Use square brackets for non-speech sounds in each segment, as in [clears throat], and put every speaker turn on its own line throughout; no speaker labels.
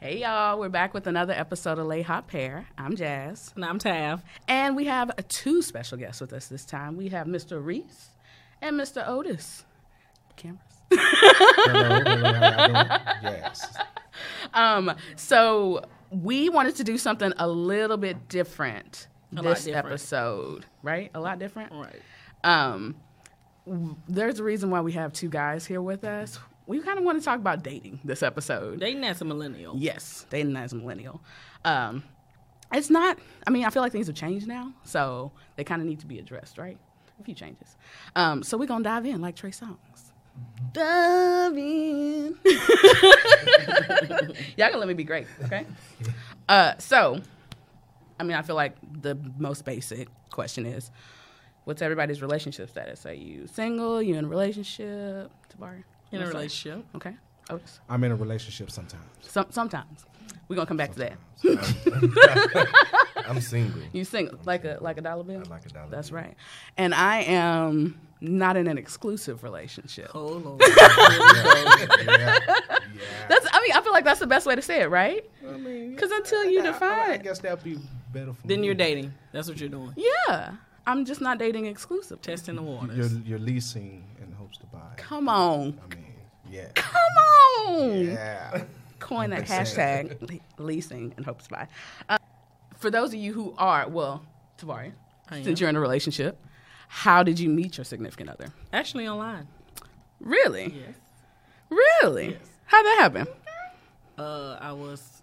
Hey y'all, we're back with another episode of Lay Hot Pair. I'm Jazz.
And I'm Tav.
And we have uh, two special guests with us this time. We have Mr. Reese and Mr. Otis. Cameras.
Hello, hello, how y'all doing?
[laughs]
Yes.
Um, so we wanted to do something a little bit different
lot
this
different.
episode, right? A lot different.
Right.
Um, w- there's a reason why we have two guys here with us. We kind of want to talk about dating this episode.
Dating as a millennial.
Yes, dating as a millennial. Um, it's not. I mean, I feel like things have changed now, so they kind of need to be addressed, right? A few changes. Um, so we're gonna dive in like Trey Songs. Dive in. [laughs] Y'all can let me be great, okay? Uh, so, I mean, I feel like the most basic question is, what's everybody's relationship status? Are you single? You in a relationship? Tabari?
In a
What's up?
relationship.
Okay. Otis?
I'm in a relationship sometimes.
Some, sometimes we're gonna come back to that.
I'm single.
You sing like a like a dollar bill.
like a dollar
That's
bill.
right. And I am not in an exclusive relationship.
Oh,
[laughs]
Lord.
yeah.
That's. I mean, I feel like that's the best way to say it, right?
I mean,
Because until you
I, I
define,
guess that'd be better for
[laughs] then
me.
you're dating. That's what you're doing.
yeah, I'm just not dating exclusive.
Testing the waters.
You're, you're leasing in hopes to buy.
Come on,
I mean, yeah.
come on.
Yeah.
Coin that
Percent.
hashtag le- leasing and hopes by. Uh, for those of you who are well, Tavari,
I am.
since you're in a relationship, how did you meet your significant other?
Actually, online.
Really,
Yes.
really, how'd that happen?
Uh, I was,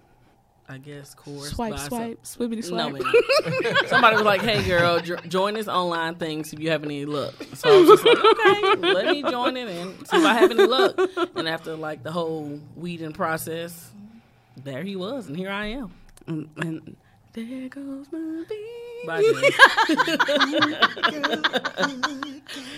I guess, coerced by
Swipe,
some-
swipe, swibbity
No,
swipe. [laughs]
ma'am. Somebody was like, "Hey, girl, jo- join this online thing. See if you have any luck." So I was just like, "Okay, let me join it and see if I have any luck." And after like the whole weeding process, there he was, and here I am.
and, and Mm, there goes my
Bye,
baby. [laughs]
Jay.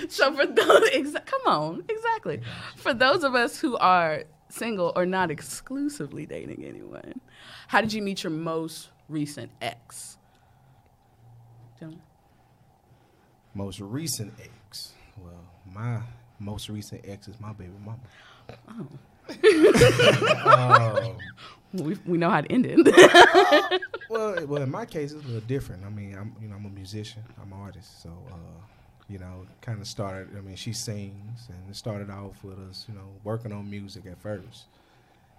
So for those, [laughs] exa- come on, exactly. For those of us who are single or not exclusively dating anyone, how did you meet your most recent ex? Gentlemen?
Most recent ex. Well, my most recent ex is my baby mama. Oh. [laughs] um,
We, we know how to end it.
well, it- well, in my case, it's a little different. I mean, I'm you know I'm a musician, I'm an artist, so uh, you know, kind of started. I mean, she sings, and it started off with us, you know, working on music at first,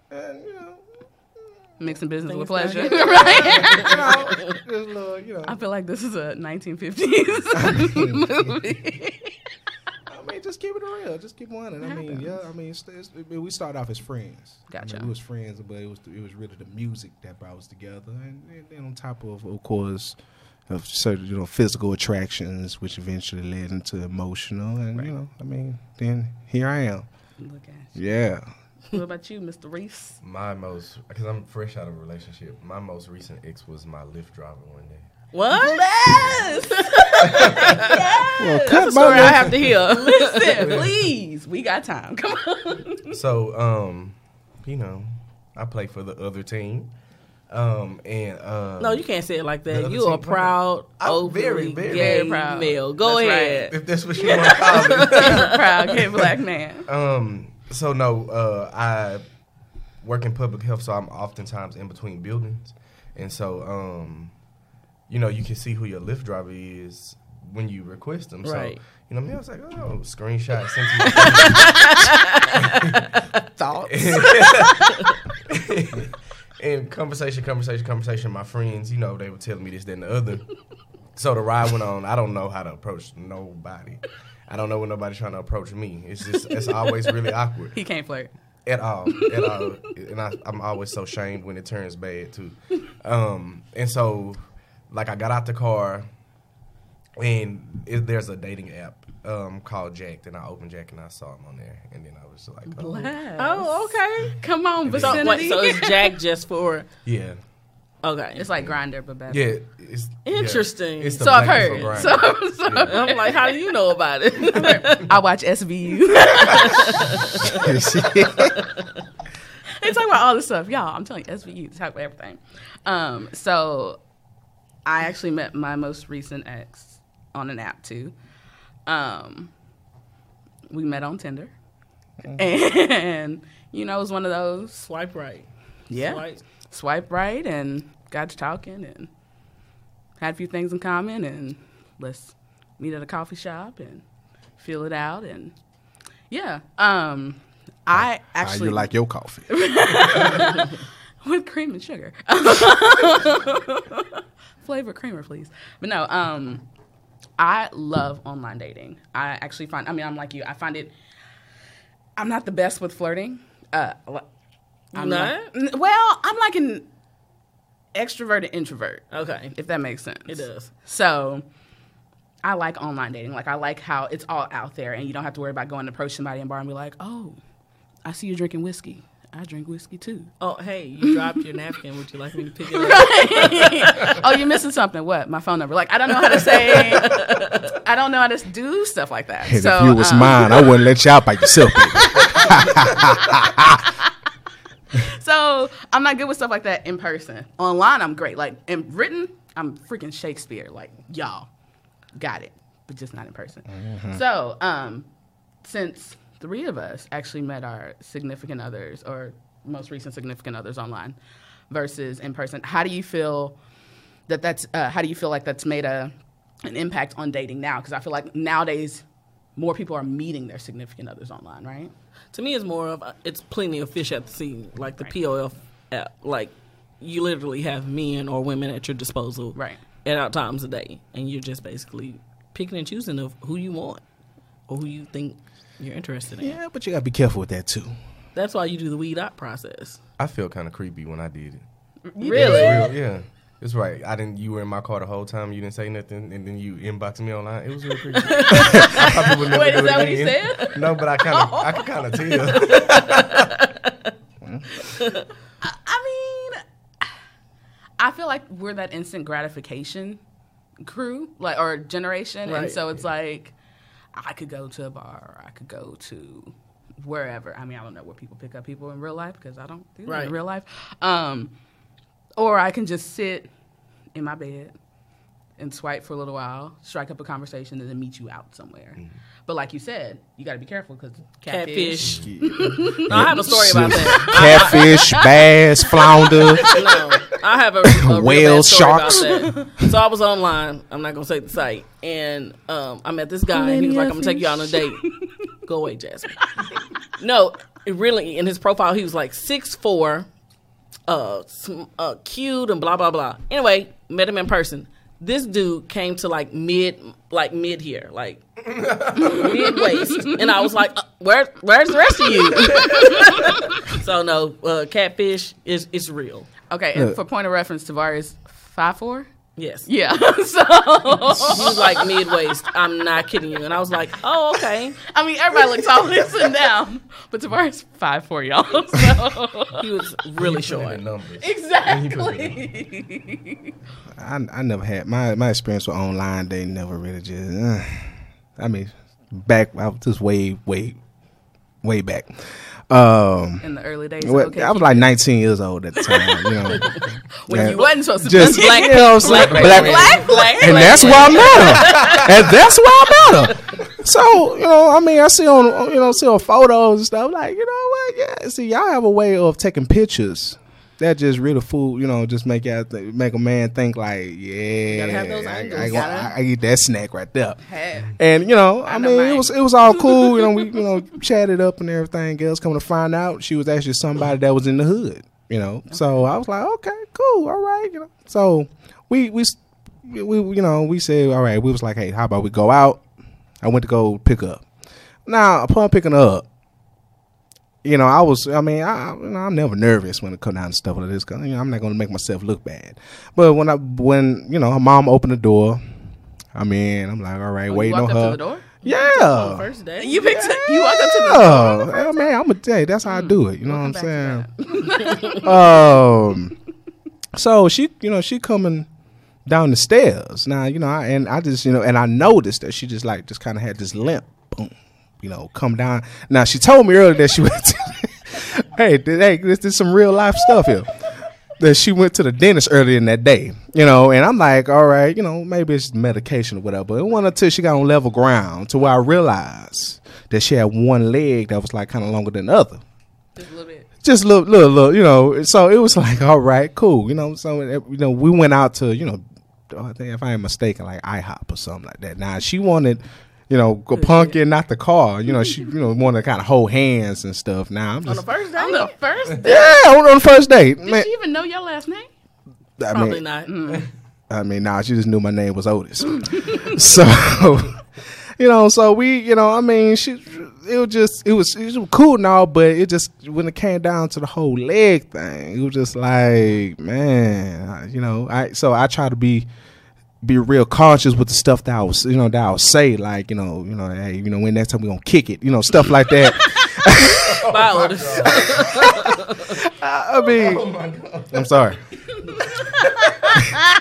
and you know,
[laughs]
[laughs]
Mixing business with
Things like
pleasure, right?
you know, just a little, you know,
[laughs] I feel like this is a [laughs] 1950s movie.
I mean, just keep it real, just keep wanting. I mean, yeah, I mean, it's, it's, I mean, we started off as friends. I mean,
Gotcha.
we was friends, but it was it was really the music that brought us together, and, and, and on top of, of course, of certain you know physical attractions, which eventually led into emotional, and you know, I mean, then here I am.
Look at
Yeah,
you. What about you, Mr. Reese?
My most, because I'm fresh out of a relationship. My most recent ex was my Lyft driver one day.
What?
well,
That's a
my
story I
lip-
have to hear. [laughs] Listen,
[laughs]
please. We got time. Come on.
Mm-hmm.
So, um, you know, I play for the other team, um, and uh,
No, you can't say it like
The
that.
other
You are
team
proud,
proud. I'm
overly
very, very
gay
proud.
male. Go
That's
ahead.
If that's
[laughs]
what you want to call it.
Proud gay black man.
Um. So no. Uh. I work in public health, so I'm oftentimes in between buildings, and so um, you know, you can see who your Lyft driver is when you request them.
Right.
So you know, me, I was like, oh, screenshot sent to you. [laughs] thoughts. [laughs] and conversation, conversation, conversation. My friends, you know, they were telling me this, that, and the other. So the ride went on. I don't know how to approach nobody. I don't know when nobody's trying to approach me. It's just it's always really awkward
He can't flirt.
at all, at all. And I, I'm always so shamed when it turns bad too. Um, and so, like, I got out the car, and it, there's a dating app um, called Jacked, and I opened Jack and I saw him on there, and then I was like, oh.
Oh, okay. Come on,
So, what,
vicinity.
so it's Jack just for
yeah,
okay?
it's like grinder, but better.
yeah, it's yeah.
Interesting.
It's the
So I've
black people
heard.
grind.
So, [laughs] so
I'm like, how do you know about
[laughs]
it?
I watch SVU. [laughs]
[laughs]
they talk about all this stuff, y'all. I'm telling you, SVU they talk about everything. Um, so I actually met my most recent ex on an app too. Um, Mm-hmm. we met on Tinder, and [laughs] you know, it was one of those
Swipe right.
Yeah.
Swipe.
Swipe right and got to talking and had a few things in common and let's meet at a coffee shop and feel it out and yeah. Um I actually
you like
[laughs]
your coffee?
with cream and
[laughs]
sugar. Flavor creamer, please. But no, um, I love online dating. I actually find, I mean, I'm like you. I find it, I'm not the best with flirting. Uh, li- I'm
not?
like- n- well, I'm like an extroverted introvert,
Okay.
if that makes sense.
It does.
So I like online dating. Like I like how it's all out there and you don't have to worry about going to approach somebody in a bar and be like, oh, I see you drinking whiskey. I drink whiskey too.
Oh, hey, you dropped your napkin. Would you like me to pick it up?
[laughs] oh, you're missing something. What? My phone number. Like, I don't know how to say. I don't know how to do stuff like that.
And
so
if you was
um, [laughs]
mine, I wouldn't let you out by yourself. baby.
so I'm not good with stuff like that in person. Online, I'm great. Like in written, I'm freaking Shakespeare. Like y'all, got it, but just not in person. So, um, since three of us actually met our significant others or most recent significant others online versus in person, how do you feel that that's? Uh, how do you feel like that's made a an impact on dating now? Because I feel like nowadays more people are meeting their significant others online, right?
to me, it's more of uh, it's plenty of fish at the sea, like the POF app. uh, Like you literally have men or women at your disposal,
Right.
at all times a day, and you're just basically picking and choosing of who you want or who you think you're interested in.
yeah, but you gotta be careful with that too.
That's why you do the weed out process.
I feel kind of creepy when I did it.
really?
It's real, yeah. It's right. I didn't. You were in my car the whole time. You didn't say nothing, and then you inboxed me online. It was real
[laughs]
creepy. I probably would never
Wait, is
do it
that what he
again. No, but I kind of, I could kind of
[laughs]
tell.
I mean, I feel like we're that instant gratification crew, like or generation, and
Right.
so it's like I could go to a bar, or I could go to wherever. I mean, I don't know where people pick up people in real life because I don't do that
Right.
in real life. Um, or I can just sit in my bed and swipe for a little while, strike up a conversation, and then meet you out somewhere. But like you said, you got to be careful because
Mm-hmm. Catfish. [laughs]
no,
I have a story about that.
Catfish,
[laughs]
bass, flounder.
no, I have a, a real bad
Whales,
story about
sharks.
that. So I was online. I'm not gonna say the site, and um, I met this guy, and he was like, "I'm gonna take you out on a date." Go away, Jasmine. no, it really. In his profile, he was like six four, uh, sm- uh, cute, and blah blah blah. Anyway, met him in person. This dude came to like mid, like mid here, like mid waist, and I was like, uh, "Where, where's the rest of you?" [laughs] so no, uh, catfish is it's real.
Okay, and
Look.
for point of reference, Tavares five four.
Yes.
Yeah. [laughs] so
She was like mid waist. I'm not kidding you. And I was like, oh, okay.
I mean, everybody looks
[laughs]
all this and down, but Tavares five four, y'all. [laughs]
[laughs]
So.
He was really short.
In numbers.
exactly.
I, I never had my my experience with online. They never really just. Uh, I mean, back I was just way way way back. Um,
In the early days,
well,
okay,
I was like 19 years old at the time. You know,
when you
uh,
wasn't supposed to
just
be
[laughs]
black,
you know, what I'm saying?
black,
black,
black, black,
and
black.
that's why I met [laughs] her. and that's why I met her. So you know, I mean, I see on you know see on photos and stuff like you know what? Yeah, see, y'all have a way of taking pictures that just really fool you know just make y'all th- make a man think like yeah,
gotta have those
I,
angles,
I,
gotta-
I, I eat that snack right there.
Hey,
And you know, I,
I know
mean,
mine.
it was it was all cool. You know, we you know [laughs] chatted up and everything else. Coming to find out, she was actually somebody that was in the hood. You know, so I was like, okay, cool, all right. You know, so we we s- we we, you know we said, all right. We was like, hey, how about we go out? I went to go pick up. Now upon picking her up, you know, I was, I mean, I, I- you know, I'm never nervous when it comes down to stuff like this. 'cause, you know, I'm not going to make myself look bad. But when I, when, you know, her mom opened the door, I mean, I'm like, all right,
Oh, you
waiting on
walked up
her.
to the door? Oh,
On
Yeah.
first day.
you picked, you walked up to the Mm.
Oh, man, I'm going to tell you, that's how I do it. You know what
Welcome [laughs]
I'm saying? um, so she, you know, she coming down the stairs. Now, you know, I, and I just, you know, and I noticed that she just like, just kind of had this limp, boom, you know, come down. Now, she told me earlier that she went to, [laughs] hey, th- hey, this, this some real life stuff here. That she went to the dentist earlier in that day, you know, and I'm like, all right, you know, maybe it's medication or whatever. But it wasn't until she got on level ground to where I realized that she had one leg that was like kind of longer than the other
Just a little bit.
just look, look, look, you know. So it was [laughs] like, all right, cool, you know. So eh, you know, we went out to, you know, oh, I think if I ain't mistaken, like IHOP or something like that. Now she wanted, you know, go punk in, not the car. You know, she, you know, wanted to kind of hold hands and stuff. Now I'm
on the
just,
first day.
On the
[laughs]
first day.
yeah, on, on the first date,
Did
man.
she even know your last name?
I
Probably
mean,
not.
Mm.
Mm.
I mean, nah, she just knew my name was Otis. [laughs] so, you know, so we, you know, I mean, she, it was just, it was, it was cool and all, but it just, when it came down to the whole leg thing, it was just like, man, I- you know, I, so I try to be, be real conscious with the stuff that I was, you know, that I would say, like, you know, you know, hey, you know, when next time we gonna kick it, you know, stuff like that.
Oh,
Bye, Otis.
I mean, I'm sorry. [laughs]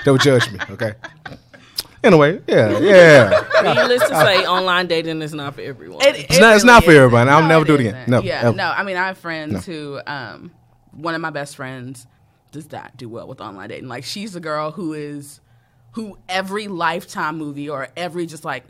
Don't judge me, okay? Anyway, yeah, yeah.
Needless
[laughs]
to say, online dating is not for everyone.
It's not- it's not for everybody. I'll never do it
isn't.
again. Never,
Yeah.
ever.
No. I mean, I have friends who, um, one of my best friends, does not do well with online dating. Like, she's the girl who is, who every Lifetime movie or every just like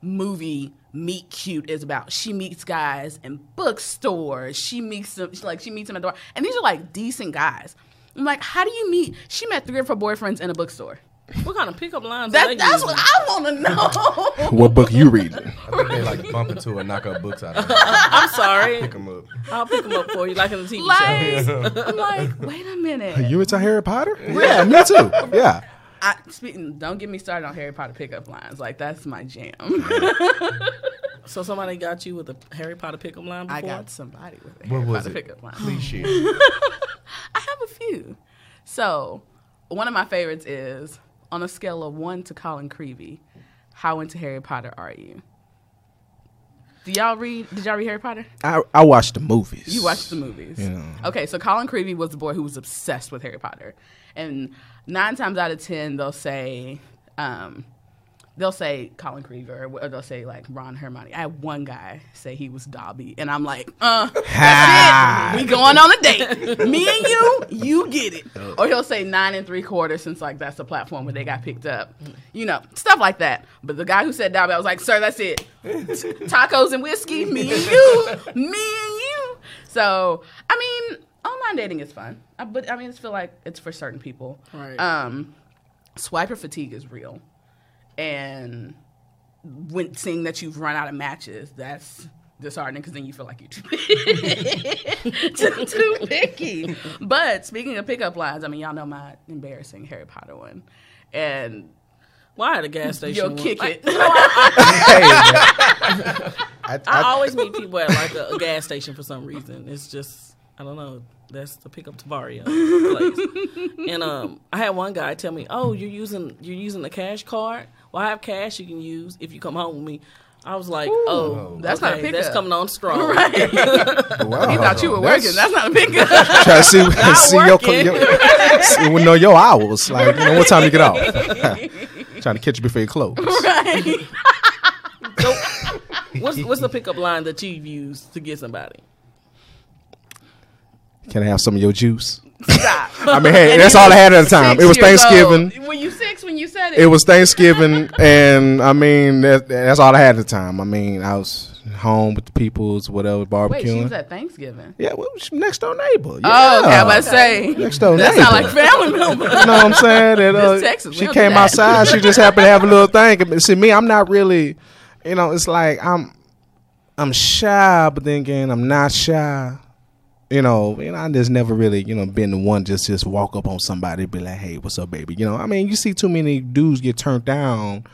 movie meet cute is about. She meets guys in bookstores. She meets them. She, like, she meets them at the bar, and these are like decent guys. I'm like, how do you meet? She met three or four boyfriends in a bookstore.
What kind of pickup lines? are they
That, that's
using?
what I want to know.
[laughs] What book you reading?
I think they like bump into and knock up books out of them.
I'm sorry.
Pick them up.
I'll pick them up for you, like in the TV show.
like, I'm like, wait a minute.
You into Harry Potter? Yeah, me too. Yeah.
I speaking, don't get me started on Harry Potter pickup lines. Like that's my jam.
So somebody got you with a Harry Potter pickup line
[laughs]
before?
I got somebody with a
What
Harry
was
Potter
it?
pickup line.
Please shit.
I have a few. So one of my favorites is on a scale of one to Colin Creevy, how into Harry Potter are you? Do y'all read? Did y'all read Harry Potter?
I, I watched the movies.
You watched the movies.
You know.
Okay, so Colin Creevy was the boy who was obsessed with Harry Potter, and nine times out of ten they'll say, um, they'll say Colin Creevy or, wh- or they'll say like Ron Hermione. I had one guy say he was Dobby, and I'm like, uh,
Ha.
we going on a date. Me and you, you get it. Or he'll say nine and three quarters since like that's the platform where they got picked up. You know, stuff like that. But the guy who said Dobby, I was like, sir, that's it. Tacos and whiskey, me and you, me and you. So I mean, online dating is fun. I, but I mean, I just feel like it's for certain people.
Right.
Um, swiper fatigue is real, and when seeing that you've run out of matches, that's disheartening because then you feel like you're too, [laughs] too, too picky. But speaking of pickup lines, I mean, y'all know my embarrassing Harry Potter one. And
Why at a gas station?
you'll
one?
kick
Like,
it. [laughs] I,
Hey, man. I,
I
I,
always
[laughs]
meet people at like a, a gas station for some reason. It's just I don't know. That's the pickup Tavario place. and um, I had one guy tell me, "Oh, you're using you're using a cash card. Well, I have cash you can use if you come home with me." I was like, "Oh,
that's not a
okay,
pickup.
That's coming on strong."
[laughs]
wow.
he thought you were
That's-
working. That's not a pickup.
[laughs] Try to see, see your,
working.
your see, we know your hours. Like, you know, what time you
[laughs]
get off? Trying to catch you before you close.
right.
So, what's what's the pickup line that you've used to get somebody?
Can I have some of your juice?
Stop.
I mean, hey,
And
that's
he
all I had at the
six
time. It was
years
Thanksgiving.
old. Were you six when you said it?
it was Thanksgiving, and I mean that, that's all I had at the time. I mean, I was home with the peoples, whatever, barbecuing.
Wait, she was at Thanksgiving.
yeah, well, she next door neighbor.
Oh, okay. I was about to
Yeah.
say.
next door
That's
neighbor.
not like family member.
you know what I'm saying? That, uh,
That's Texas. We
She
don't do
came
that.
outside. She just happened to have a little thing. But See, me, I'm not really. You know, it's like I'm, I'm shy, but then again, I'm not shy. You know, you know, I just never really, you know, been the one just just walk up on somebody and be like, "Hey, what's up, baby?" You know, I mean, you see too many dudes get turned down.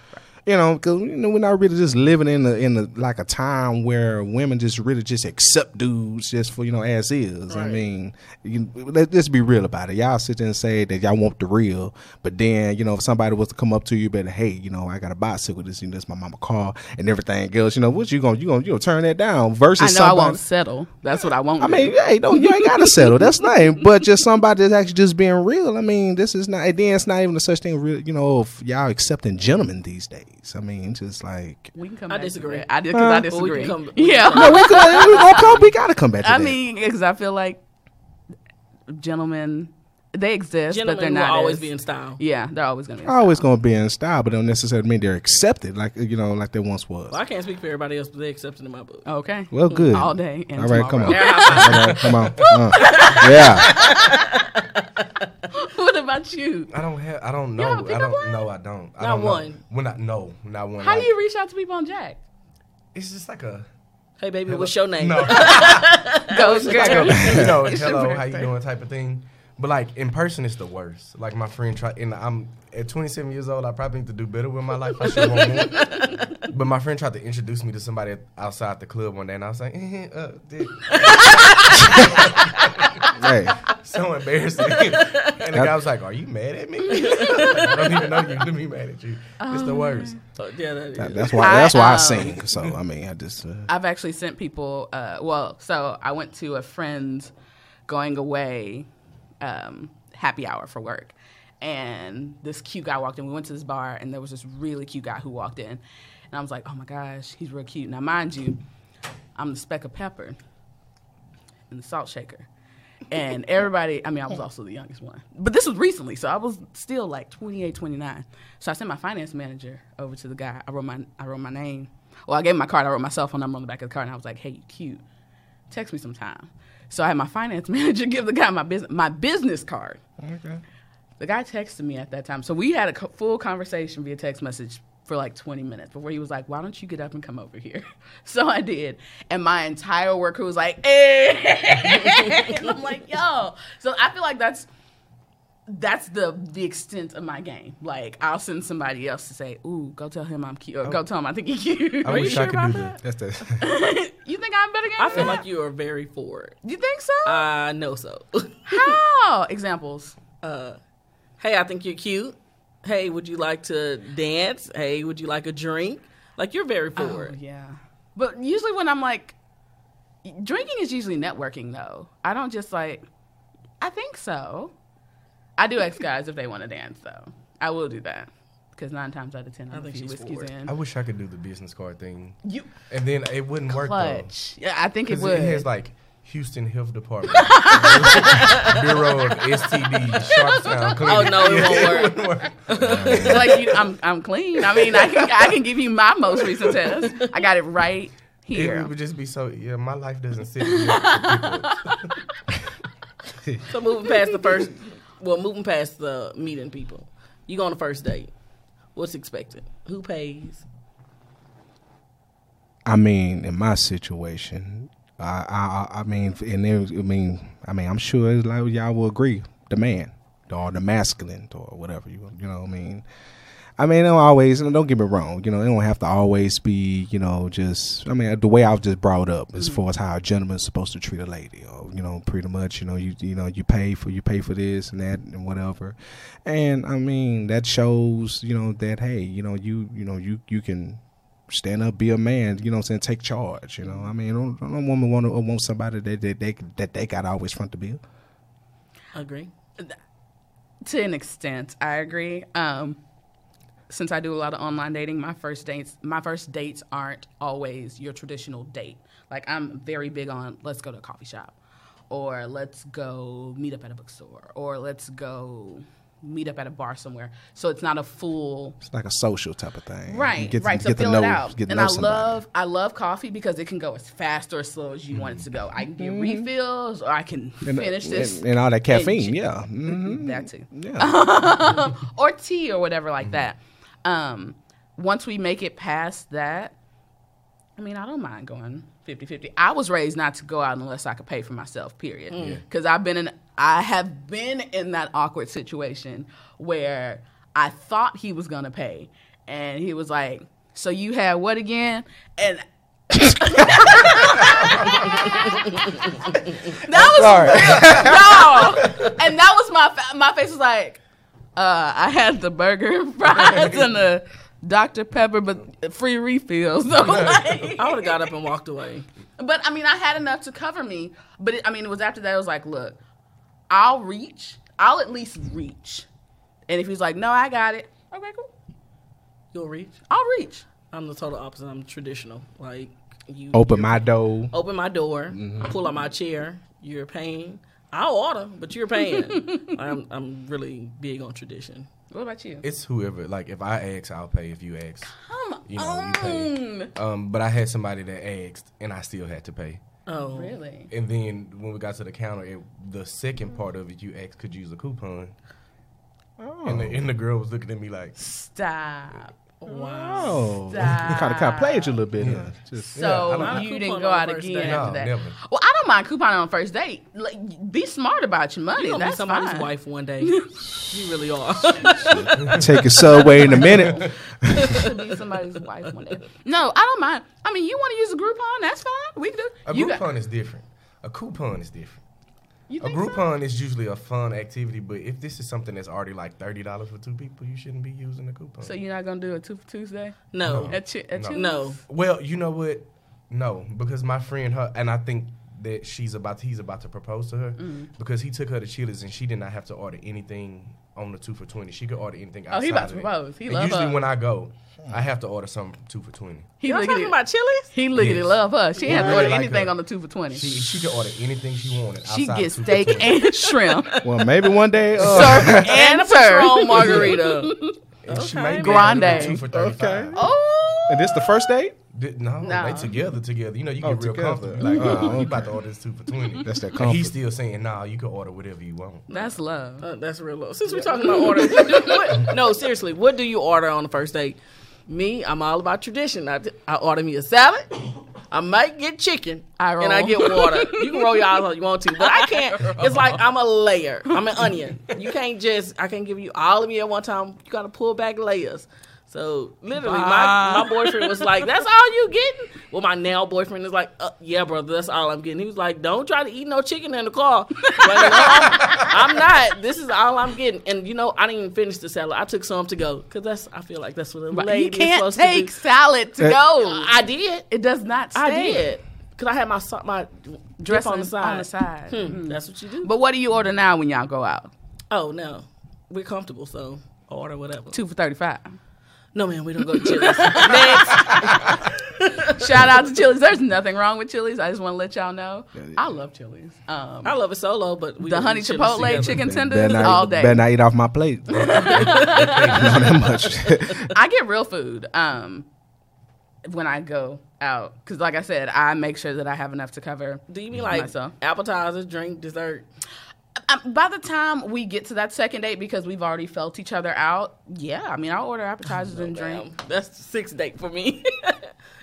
You know, because you know we're not really just living in the in the like a time where women just really just accept dudes just for you know as is. I mean, you, let, let's be real about it. Y'all sit there and say that y'all want the real, but then you know if somebody was to come up to you, better hey, you know I got a bicycle, this and this, my mama car and everything else. You know what you gonna you gonna you gonna turn that down
I know
versus
I
somebody.
won't settle. That's what I won't.
I
do.
mean, hey, don't you ain't gotta settle. That's nothing. But just somebody that's actually just being real. I mean, this is not. And then it's not even a such thing. Real, you know, of y'all accepting gentlemen these days. I mean, just like
we can come.
I
back to
disagree.
that. I did because I
Well, we can
disagree.
come- we
[laughs] yeah,
can
no, we, could, we, gonna come- we gotta come back. To
I
that.
mean, because I feel like gentlemen they exist,
Gentlemen
but they're
will
not
always
as-
be in style.
Yeah, they're always gonna be. in style.
Always gonna be in style, but don't necessarily mean they're accepted like you know like they once was.
Well, I can't speak for everybody else, but they accepted in my book.
Okay.
Well, good.
All day. And
All right, come
tomorrow.
on. All right, come on. Uh, yeah.
[laughs] what about you?
I don't have. I don't know.
have a
I
pickup
don't
line?
know. I don't. I
Not
don't know.
one.
When I no, not one.
How do
Like,
you reach out to people on Jack?
It's just like a.
Hey, baby, what's your name?
Go
No.
[laughs]
like a,
girl.
you know,
It's your
hello, how you
birthday.
doing type of thing. But like in person, it's the worst. Like my friend tried, and I'm at 27 years old. I probably need to do better with my life. I should want more.
[laughs]
But my friend tried to introduce me to somebody outside the club one day, and I was like, eh, uh, dude,
Hey,
so embarrassing. [laughs] and the guy was like, "Are you mad at me? [laughs] I don't even know you to be mad at you. It's the
Um.
worst."
Oh, yeah, that is.
that- that's why.
I,
That's why I
um,
sing. So I mean, I just. Uh,
I've actually sent people. Uh, well, so I went to a friend's going away um, happy hour for work, and this cute guy walked in. We went to this bar, and there was this really cute guy who walked in, and I was like, "Oh my gosh, he's real cute." Now, mind you, I'm the speck of pepper and the salt shaker. And everybody, I mean, I was also the youngest one. But this was recently, so I was still like 28, 29. So I sent my finance manager over to the guy. I wrote my, I wrote my name. Well, I gave him my card. I wrote my cell phone number on the back of the card, and I was like, hey, you cute. Text me sometime. So I had my finance [laughs] manager give the guy my business, my business card.
okay.
The guy texted me at that time. So we had a co- full conversation via text message for like 20 minutes before he was like, Why don't you get up and come over here? [laughs] So I did. And my entire work crew was like, eh. [laughs] And I'm like, Yo. So I feel like that's. That's the the extent of my game. Like I'll send somebody else to say, "Ooh, go tell him I'm cute." Or, go tell him I think he's [laughs] cute.
Oh. I
Are you
wish
sure
I could
about
do
that?
That's the.
[laughs] You think I'm better game?
I feel
than
like
that?
you are very forward.
you think so.
I know so. [laughs]
How examples?
uh, hey, I think you're cute. Hey, would you like to dance? Hey, would you like a drink? Like you're very
Oh,
forward.
yeah. But usually when I'm like, drinking is usually networking though. I don't just like, I think so. I do ask guys if they want to dance though. I will do that because nine times out of ten, I, have a
think
few
she's
whiskeys
forward.
in.
I wish I could do the business card thing,
you
and then it wouldn't work though.
clutch. Yeah, I
[laughs]
think it
Because
would.
it
[laughs]
has like Houston Health Department, [laughs] Bureau of STD, Sharpstown. Clinic.
Oh, no,
[laughs]
it won't
wouldn't work.
like you, I'm, I'm clean. I mean, I can, I can give you my most recent test. I got it right here.
It would just be so. Yeah, my life doesn't sit. Well
So moving past the first, well, moving past the meeting people, you go on the first date. What's expected? Who pays?
I mean, in my situation, I I, I- I mean, and there, was- I mean, I mean, I'm sure it's like y'all will agree, the man or the masculine or whatever you you know what I mean. I mean, don't always. and Don't get me wrong. You know, it don't have to always be. You know, just. I mean, the way I was just brought up, as far as how a gentleman's supposed to treat a lady, or you know, pretty much. You know, you you know, you pay for you pay for this and that and whatever. And I mean, that shows. You know that hey, you know you you know you you can stand up, be a man. You know what I'm saying? Take charge. You know, I mean, don't, don't no woman want to want somebody that they, they that they got to always front the bill.
Agree.
to an extent i agree um since i do a lot of online dating my first dates my first dates aren't always your traditional date like i'm very big on let's go to a coffee shop or let's go meet up at a bookstore or let's go meet up at a bar somewhere so it's not a full
It's like a social type of thing.
right
You get to-
right so
get to
fill
know-
it out
get to
and
know
i
somebody.
love i love coffee because it can go as fast or as slow as you want it to go i can get refills or i can
Mm-hmm. and, uh,
finish this
and, and all that caffeine.
and-
yeah, hmm
that too
yeah.
[laughs] or tea or whatever like that. Um, once we make it past that, I mean, I don't mind going 50 50. I was raised not to go out unless I could pay for myself, period. Because I've been in, I have been in that awkward situation where I thought he was going to pay. And he was like, So you had what again? And that was
Sorry.
no. And that was my fa- my face was like, uh, I had the burger and [laughs] fries and the Dr Pepper, but free refills. [laughs] So like,
I would have got up and walked away.
but I mean, I had enough to cover me. But it, I mean, it was after that. I was like, look, I'll reach. I'll at least reach. And if he's like, no, I got it. Okay, cool.
You'll reach.
I'll reach.
I'm the total opposite. I'm traditional. Like you
Oh. Open my door.
open my door, pull out my chair. You're paying. I'll order, but you're paying. I'm I'm really big on tradition.
What about you?
It's whoever. Like if I ask, I'll pay. If you ask,
Come
you know, you pay. Um, but I had somebody that asked, and I still had to pay.
Oh,
Really?
And then when we got to the counter, it, the second part of it, you asked, could you use a coupon?
Oh.
And, the, and the girl was looking at me like,
Stop.
Wow.
Oh,
Stop.
kind of kind of played you a little bit. huh? Just-
So
Yeah, I
like-
you
Not a
didn't
coupon
go
on
out
first
again
date.
after
No,
that.
never.
Well, I don't mind couponing on first date. Like, be smart about your money.
You're gonna be
That's
somebody's
fine.
wife one [laughs] day. you really are. [laughs]
yeah. take a subway in a minute.
to be somebody's wife one day. No, I don't mind. I mean, you want to use a Groupon? That's fine. We can do.
a
you
Groupon is different. A coupon is different.
you
A
think so?
Groupon is usually a fun activity, but if this is something that's already like thirty dollars for two people, you shouldn't be using a coupon.
So you're not gonna do a two for Tuesday?
No,
At two, at
No.
two?
no.
well, you know what? No, because my friend her and I think that she's about he's about to propose to her
Mm-hmm.
because he took her to Chili's and she did not have to order anything on the two for twenty. She could order anything
Oh,
outside.
he about to
of it.
propose. He
And
love
usually
her.
when I go, I have to order something two for twenty.
He
Y'all
look at
talking
it.
about chilies?
He look at it.
Yes.
Love her. She ain't have to
Yeah.
order
Like
anything
her.
on the two for twenty.
She
She,
she could order anything she wanted. outside
gets
of
steak
220.
and [laughs]
[laughs]
shrimp,
Well, maybe one day. Uh,
surf and
a
turf.
Patron [laughs] margarita.
and she
Okay.
may be able to do
Grande.
Two for thirty-five.
Okay.
[laughs] Oh,
and this the first date?
Did, no,
Nah.
they together together. You know, you
Oh,
get real
together.
comfortable. You're Like,
Oh,
oh,
okay.
you about to order this two for twenty.
That's that
And
comfort.
he's still saying, nah, you can order whatever you want.
that's love.
Uh, that's real low. Since we're talking about [laughs] orders, what, no, seriously, what do you order on the first date? Me, I'm all about tradition. I, I order me a salad. I might get chicken
Eye roll.
and I get [laughs] water. You can roll your eyes all you want to, but I [laughs] can't. It's like I'm a layer. I'm an onion. You can't just. I can't give you all of me at one time. You got to pull back layers. So literally,
Ah.
my, my boyfriend was like, "That's all you getting." Well, my now boyfriend is like, uh, "Yeah, brother, that's all I'm getting." He was like, "Don't try to eat no chicken in the car." But no, I'm not. This is all I'm getting. And you know, I didn't even finish the salad. I took some to go because that's. I feel like that's what a lady
you
is
can't
supposed
take
to
salad to
Uh,
do.
go.
I did.
It does not. Stay.
I did. Cause I had my so- my dress
Dress
on the side.
On the side. Mm-hmm.
Hmm, That's what you do.
But what do you order now when y'all go out?
oh no, we're comfortable, so I order whatever.
Two for thirty-five.
No man, we don't go to Chili's. Next,
Shout out to Chili's. There's nothing wrong with Chili's. I just want to let y'all know. [laughs] I love Chili's. Um,
I love it solo, but we
the
don't
honey
eat Chili's
chipotle
together.
chicken
Better
tenders
not,
all day.
better not eat off
[laughs]
my plate. [laughs] Not that much.
I get real food um, when I go out because, like I said, I make sure that I have enough to cover.
Do you mean like
Myself.
appetizer, drink, dessert?
Um, by the time we get to that second date, because we've already felt each other out, yeah, I mean, I'll order appetizers and drink.
Damn, that's the sixth date
[laughs]
for me.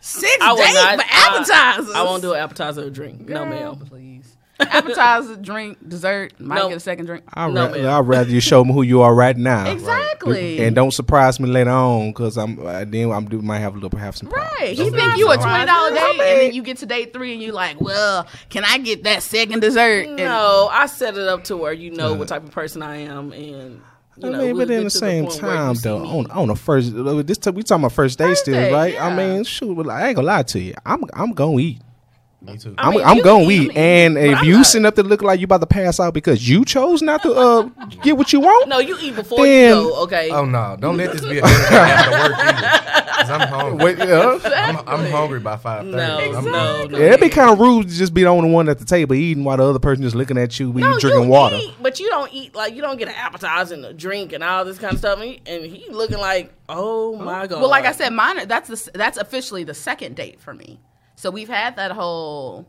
Six
I will
dates
not-
for
I-
appetizers.
I won't do an appetizer or drink.
Girl,
No ma'am.
Please, appetizer, drink, dessert. Might
No.
get a second drink.
I'd,
No,
ra-
ma'am.
I'd rather you show me who you are right now.
Exactly.
And don't surprise me later on, cause I'm uh, then I'm do, might have a little have some problems.
Right. He
Those
think
are
you a twenty
surprises.
dollar date and then you get to date three and you like, Well, can I get that second dessert? And-
No, I set it up to where you know what type of person I am, and you know.
I mean,
we'll
but
get
at the
to
same
point where you
time,
see
though,
me.
on on a first, uh, this t- we talking about first date
Birthday,
still, right?
yeah.
I mean, shoot, well, I ain't gonna lie to you, I'm I'm gonna eat.
Me too.
I'm,
mean,
I'm
you
gonna
can eat,
eat,
I mean,
and
but
if
I'm
you
not-
sitting up there looking like you about to pass out because you chose not to
[laughs]
uh get what you want,
No, Oh, you eat before
Then-
you go. Okay.
oh, no. Don't let this be a dinner date after work either. 'Cause I'm
[laughs]
hungry.
Wait, yeah.
I'm, I'm hungry by 5.30.
no,
I'm,
no, no.
Yeah, it'd be kind of rude to just be the only one at the table eating while the other person just looking at you when
No,
you drinking water.
Eat, but you don't eat like you don't get an appetizer and a drink and all this kind of stuff. And he, and he looking like, oh my god.
Well, like I said, mine are- that's the s- that's officially the second date for me. So we've had that whole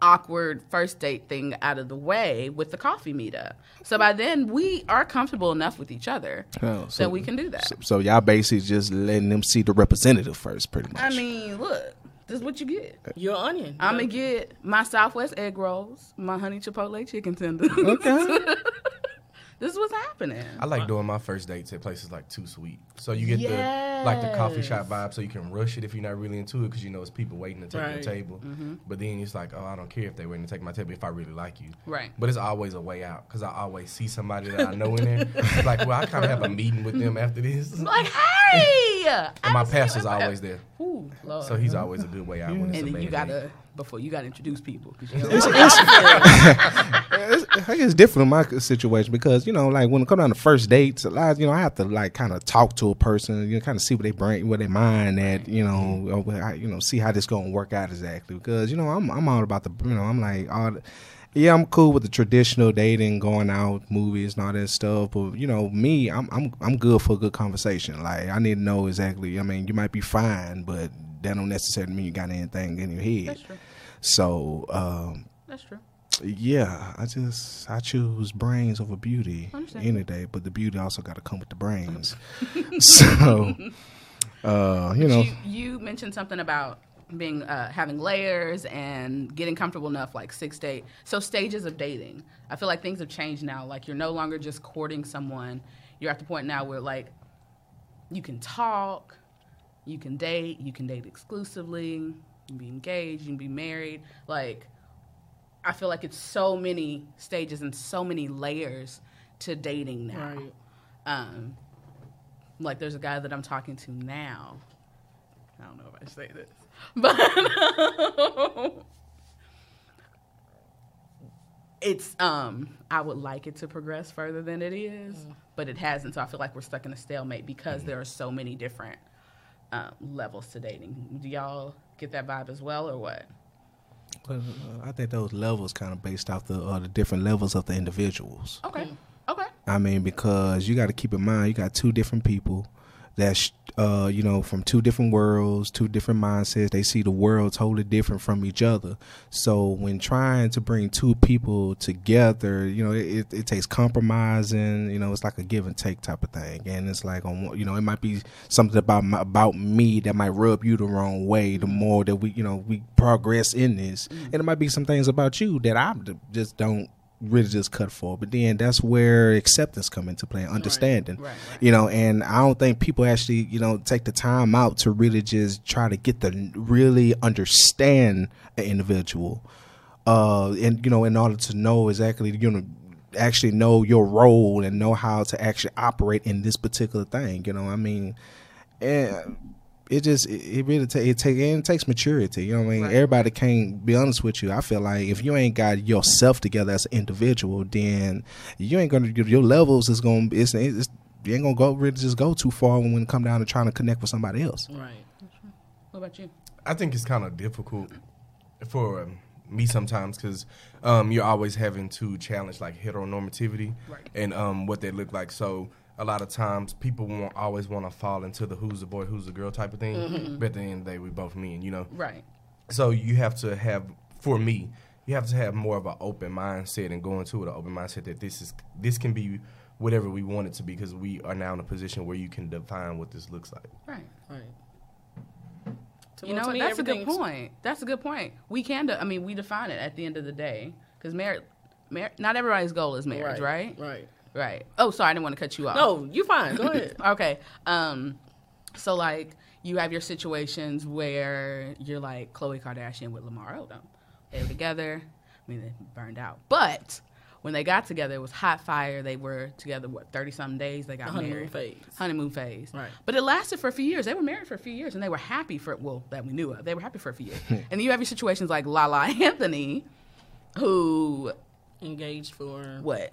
awkward first date thing out of the way with the coffee meetup. So by then we are comfortable enough with each other
Oh,
that we can do that.
So, so y'all basically just letting them see the representative first, pretty much.
I mean, look, this is what you get.
Uh,
you're an onion.
I'm gonna get my Southwest egg rolls, my honey chipotle chicken tenders.
okay.
[laughs] this is what's happening.
I like doing my first dates at places like Too Sweet. So you get the like the coffee shop vibe, so you can rush it if you're not really into it, because you know it's people waiting to take
Right.
your table.
Mm-hmm.
But then it's like, oh, I don't care if they're waiting to take my table if I really like you.
Right.
But it's always a way out, because I always see somebody that I know in there. It's like, well, I kind of have a meeting with them
[laughs]
after this. And
like, hey, I
my
just came
pastor's
up-
always there,
Ooh, Lord.
so he's always a good way out. When it's
and then
a bad
you
date.
gotta before you gotta introduce people.
[laughs]
'cause you don't-
it's, I think it's different in my situation because you know, like when it comes down to first dates, a lot, you know, I have to like kind of talk to a person, you know, kind of see what they bring, what they mind at, you know,
Mm-hmm.
or what I- you know, see how this going to work out exactly because you know, I'm I'm all about the, you know, I'm like all. the- Yeah, I'm cool with the traditional dating, going out, movies, and all that stuff. But you know, me, I'm I'm I'm good for a good conversation. Like I need to know exactly. I mean, you might be fine, but that don't necessarily mean you got anything in your head.
That's true.
So um,
That's true.
yeah, I just I choose brains over beauty
Understand.
any day. But the beauty also got to come with
[laughs]
the brains. so uh, you know,
You, you mentioned something about being uh, having layers and getting comfortable enough, like six to eight. So stages of dating. I feel like things have changed now. Like you're no longer just courting someone. You're at the point now where like you can talk, you can date, you can date exclusively, you can be engaged, you can be married. Like I feel like it's so many stages and so many layers to dating now.
Right.
Um, like there's a guy that I'm talking to now. I don't know if I should say this, [laughs] but um, it's um I would like it to progress further than it is, but it hasn't. So I feel like we're stuck in a stalemate because there are so many different um, levels to dating. Do y'all get that vibe as well, or what?
uh, I think those levels kind of based off the uh, the different levels of the individuals.
Okay, okay,
I mean, because you got to keep in mind, you got two different people that's, uh, you know, from two different worlds, two different mindsets. They see the world totally different from each other. So when trying to bring two people together, you know, it, it takes compromising. You know, it's like a give and take type of thing. And it's like on, one- you know, it might be something about my, about me that might rub you the wrong way. The more that we, you know, we progress in this, and it might be some things about you that I d- just don't really just cut for. But then that's where acceptance come into play, understanding.
Right, right.
You know, and I don't think people actually, you know, take the time out to really just try to get the really understand an individual. Uh and you know, in order to know exactly you know actually know your role and know how to actually operate in this particular thing. You know, I mean and it just it, it really ta- it take and it takes maturity. You know what I mean? Everybody can't be honest with you. I feel like if you ain't got yourself together as an individual, then you ain't gonna your levels is gonna it's, it's you ain't gonna go really just go too far when it come down to trying to connect with somebody else.
Mm-hmm.
Right.
What about you?
I think it's kind of difficult for um, me sometimes because um, you're always having to challenge like heteronormativity
Right.
and um, what they look like. So a lot of times people won't always want to fall into the who's the boy, who's the girl type of thing. But at the end of the day, we both men, you know.
Mm-hmm. Right.
So you have to have, for me, you have to have more of an open mindset and go into it with an open mindset that this is this can be whatever we want it to be because we are now in a position where you can define what this looks like.
Right.
Right. To
You
me-
know,
to
what?
me,
that's a good
everything's-
point. That's a good point. We can, de- I mean, we define it at the end of the day because marriage, mar- not everybody's goal is marriage, right? right?
Right.
Oh, sorry, I didn't want to cut you off.
No, you fine. Go [laughs] ahead.
[laughs] Okay. Um, so like you have your situations where you're like Khloe Kardashian with Lamar Odom. They were together. I mean, they burned out, but when they got together, it was hot fire. They were together what thirty something days. They got
The honeymoon
married.
phase.
Honeymoon phase.
Right.
But it lasted for a few years. They were married for a few years, and they were happy for well that we knew of. They were happy for a few
[laughs]
years. and then you have your situations like Lala [laughs] Anthony, who
Engaged for
what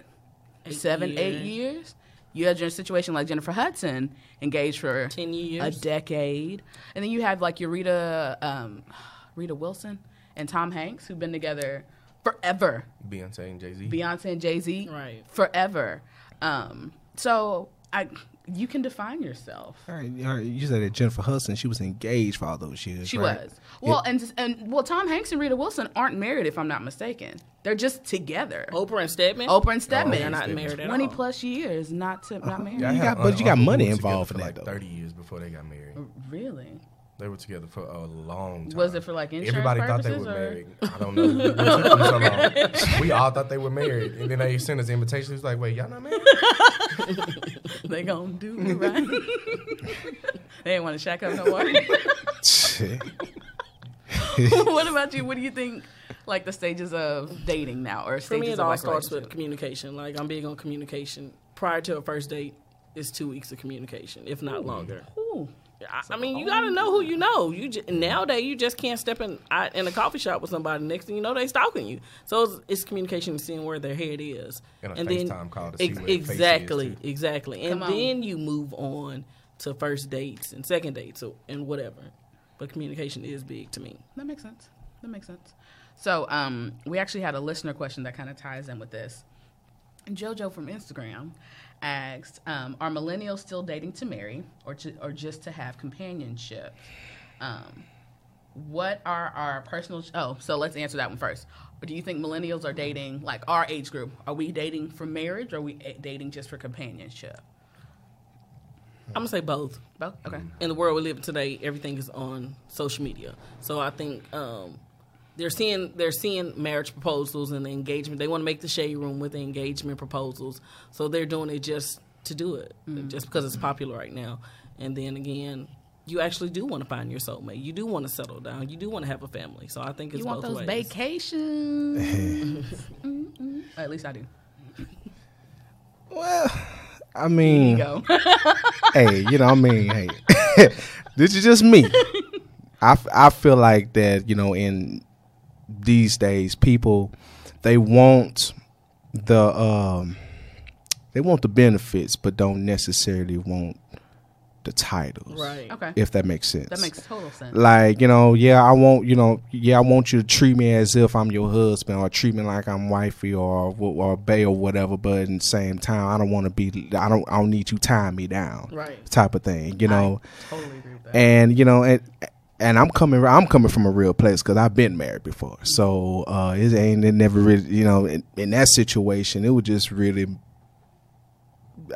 Eight
seven, eight
years.
years. You had your situation like Jennifer Hudson, engaged for
10
a
years.
decade, and then you have like your Rita, um, [sighs] Rita Wilson and Tom Hanks, who've been together forever.
Beyonce and Jay Z.
Beyonce and Jay Z,
Right.
Forever. Um, so I, you can define yourself.
All right, all right, you said that Jennifer Hudson she was engaged for all those years.
She
right?
was well, and and well, Tom Hanks and Rita Wilson aren't married, if I'm not mistaken. They're just together.
Oprah and Stedman.
Oprah and Stedman.
They're not married at
Twenty
all. Uh-huh.
plus years, not to not married.
Yeah, I
You
had
got- but
an
you got
uncle who
money
was together
involved
for
in that,
like
though.
Thirty years before they got married,
Really?
they were together for a long time.
Mm. Was it for, like, insurance
Everybody thought they
purposes,
were
or-
married. I don't know. [laughs] It took them so
[laughs]
long. We all thought they were married, and then they sent us an invitation. It was like, "Wait, y'all not married?"
they gonna do me right. they ain't want to shack up no more. [laughs] what about you? What do you think? Like the stages of dating now, or
For
stages
me, it
of
all
like
starts with
relationship?
communication. Like I'm big on communication. Prior to a first date, it's two weeks of communication, if not longer.
Ooh,
I, I
oh
mean, you gotta know who you know. You j- nowadays you just can't step in I, in a coffee shop with somebody. Next thing you know, they stalking you. So it's, it's communication and seeing where their head is,
And a
then
FaceTime call to see where their face is,
exactly,
too.
exactly. And
Come on.
then you move on to first dates and second dates so, and whatever. But communication is big to me.
that makes sense. That makes sense. So um, we actually had a listener question that kind of ties in with this. JoJo from Instagram asked, um, "Are millennials still dating to marry, or ju- or just to have companionship? Um, what are our personal? oh, so let's answer that one first. Do you think millennials are dating like our age group? Are we dating for marriage, or are we a- dating just for companionship?
Hmm.
I'm gonna say both.
Both. Okay.
in the world we live in today, everything is on social media. So I think um, they're seeing they're seeing marriage proposals and the engagement. They want to make the shade room with the engagement proposals. So they're doing it just to do it,
Mm.
just because it's popular right now. And then again, you actually do want to find your soulmate. You do want to settle down. You do want to have a family. So I think it's
You want
both
those
ways.
vacations?
[laughs]
Mm-hmm. Mm-mm. At least I do.
[laughs] Well, I mean,
Go. [laughs]
hey, you know, I mean, hey, [laughs] this is just me. I, f- I feel like that, you know, in these days, people they want the um they want the benefits, but don't necessarily want the titles,
Right.
okay.
If that makes sense,
That makes total sense.
like you know yeah i want you know yeah i want you to treat me as if i'm your husband or treat me like i'm wifey or wh- or bae or whatever but in the same time i don't want to be i don't i don't need you tying me down
Right.
type of thing you know
totally agree with that.
and you know and and i'm coming i'm coming from a real place because i've been married before so uh it ain't it never really you know in, in that situation it was just really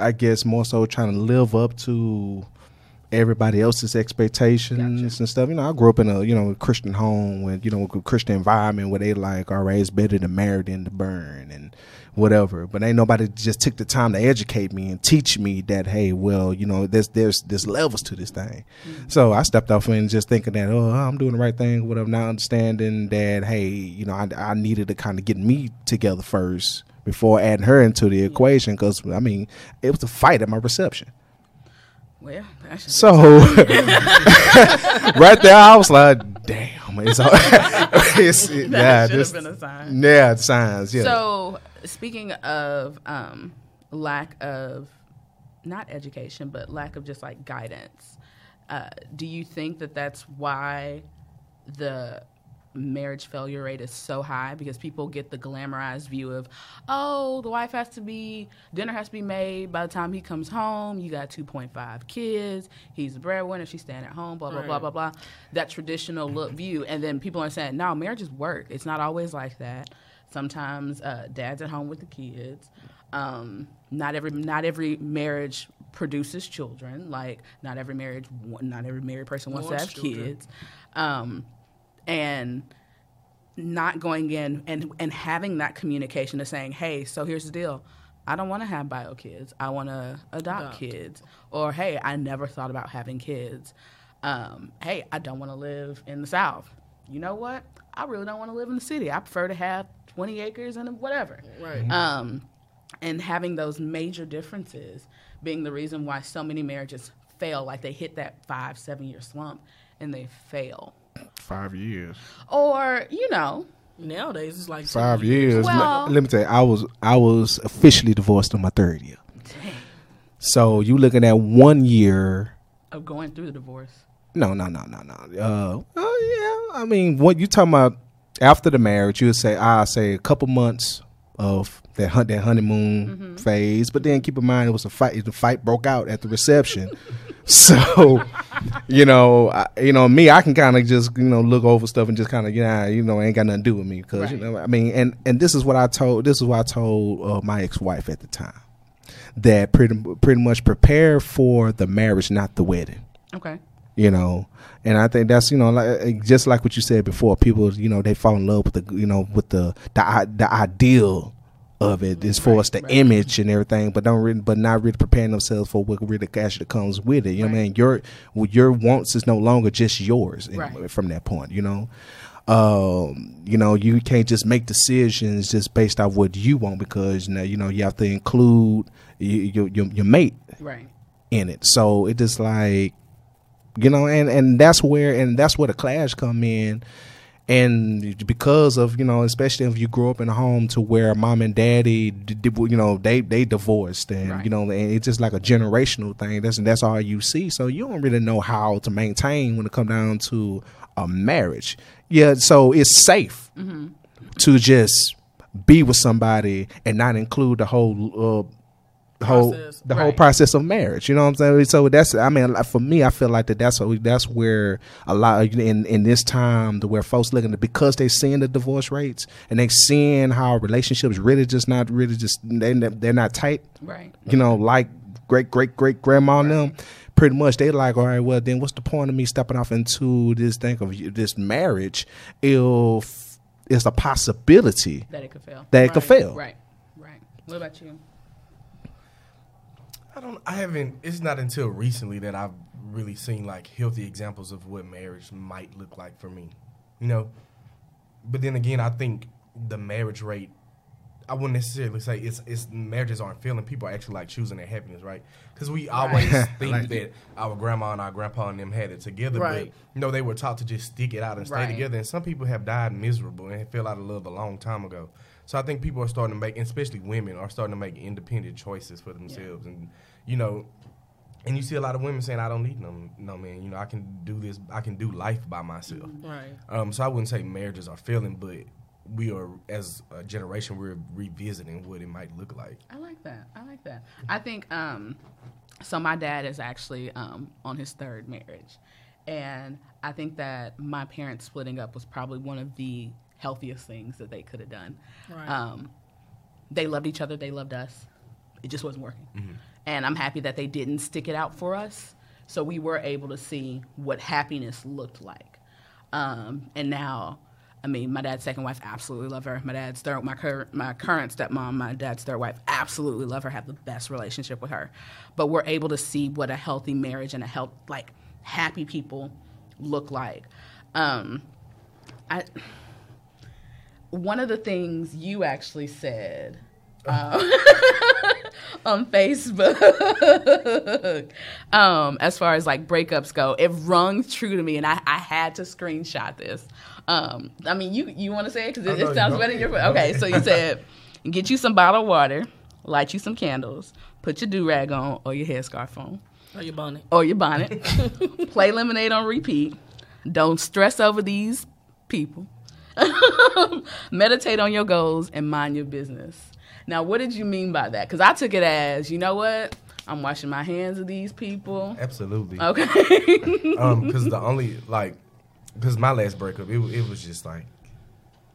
i guess more so trying to live up to everybody else's expectations and stuff you know i grew up in a you know christian home with you know a christian environment where they like all right it's better to marry than to burn and whatever but ain't nobody just took the time to educate me and teach me that hey well you know there's there's there's levels to this thing so i stepped off and just thinking that oh i'm doing the right thing whatever not understanding that hey you know i, I needed to kind of get me together first before adding her into the equation because i mean it was a fight at my reception
well, that's just-
[laughs] so right there, I was like, "Damn, it's all." [laughs] it's, it, yeah,
that should
this-
have been a sign.
yeah, signs. Yeah,
So, speaking of um, lack of not education, but lack of just like guidance, uh, do you think that that's why the marriage failure rate is so high? Because people get the glamorized view of, oh, the wife has to be, dinner has to be made by the time he comes home. You got 2.5 kids. He's the breadwinner. She's staying at home, blah, blah, blah, blah, blah. That traditional look view. And then people are saying, no, marriage is work. It's not always like that sometimes uh, dad's at home with the kids um, not every not every marriage produces children like not every marriage wa- not every married person wants to
Wants
have
children.
kids um, and not going in and and having that communication of saying hey so here's the deal I don't want to have bio kids. I want to adopt kids. Or, hey, I never thought about having kids. Um, hey, I don't want to live in the South. You know what? I really don't want to live in the city. I prefer to have 20 acres and whatever.
Right.
Um, and having those major differences being the reason why so many marriages fail. Like they hit that five, seven year slump and they fail.
five years.
Or, you know,
Nowadays it's like
Five years.
Well-
let, let me tell you, I was I was officially divorced on my third year. So you looking at one year?
of going through the divorce.
No, no, no, no, no. Uh, oh yeah. I mean, what you talking about? After the marriage, you would say I say a couple months of that hunt that honeymoon phase, but then keep in mind it was a fight. The fight broke out at the reception, so you know, I, you know me, I can kind of just you know look over stuff and just kind of yeah, you know, ain't got nothing to do with me because you
Right.
know I mean, and and this is what I told this is what I told uh, my ex wife at the time that pretty pretty much prepare for the marriage, not the wedding
Okay.
you know and i think that's you know like eh, just like what you said before people you know they fall in love with the you know with the the, i- the ideal of it as far as the image and everything but don't really but not really preparing themselves for what really actually comes with it you know what i mean your well, your wants is no longer just yours in-
Right.
from that point you know um you know you can't just make decisions just based off what you want because now you know you have to include y- your your, your mate
Right.
in it. So it just like you know, and and that's where and that's where the clash come in And because of you know, especially if you grew up in a home to where mom and daddy, d- d- you know, they they divorced, and
Right.
you know, and it's just like a generational thing. That's that's all you see. So you don't really know how to maintain when it come down to a marriage. Yeah, so it's safe to just be with somebody and not include the whole uh, whole
Process,
the whole
right.
process of marriage. You know what I'm saying? So that's I mean like, for me, I feel like that that's what we- that's where a lot of, in in this time to where folks looking at because they seeing the divorce rates and they seeing how relationships really just not really just they they're not tight.
Right.
You know, like great great great grandma and them. Pretty much, they like, all right. Well, then, what's the point of me stepping off into this thing of this marriage if it's a possibility
That it could fail.
that it could
Right,
fail?
Right. Right. What about you?
I don't. I haven't. It's not until recently that I've really seen like healthy examples of what marriage might look like for me. You know, but then again, I think the marriage rate. I wouldn't necessarily say it's it's marriages aren't failing. People are actually like choosing their happiness, right? Because we always think that our grandma and our grandpa and them had it together,
Right.
but you know they were taught to just stick it out and stay
Right.
together. And some people have died miserable and fell out of love a long time ago. So I think people are starting to make, and especially women, are starting to make independent choices for themselves. And you know, and you see a lot of women saying, "I don't need no no man. You know, I can do this. I can do life by myself."
Right.
Um, so I wouldn't say marriages are failing, but we are as a generation we're revisiting what it might look like.
I like that. I like that. I think um so my dad is actually um on his third marriage. And I think that my parents splitting up was probably one of the healthiest things that they could have done.
Right.
Um they loved each other, they loved us. It just wasn't working. And I'm happy that they didn't stick it out for us. So we were able to see what happiness looked like. Um, and now, I mean, my dad's second wife absolutely love her. My dad's third, my cur- my current stepmom, my dad's third wife absolutely love her. Have the best relationship with her. But we're able to see what a healthy marriage and a health like happy people look like. Um, I one of the things you actually said
Uh-huh.
um, [laughs] on Facebook, um, as far as like breakups go, it rung true to me, and I, I had to screenshot this. Um, I mean, you you want to say it because
Oh,
it,
no,
it sounds
go
better in your
ahead.
okay. So you said, get you some bottled water, light you some candles, put your do rag on or your headscarf on
Are you bonnet?
or Oh, your bonnet. Play lemonade on repeat. Don't stress over these people. [laughs] Meditate on your goals and mind your business. Now, what did you mean by that? Because I took it as, you know what? I'm washing my hands of these people.
Absolutely.
Okay.
um because the only like because my last breakup it, wa- it was just like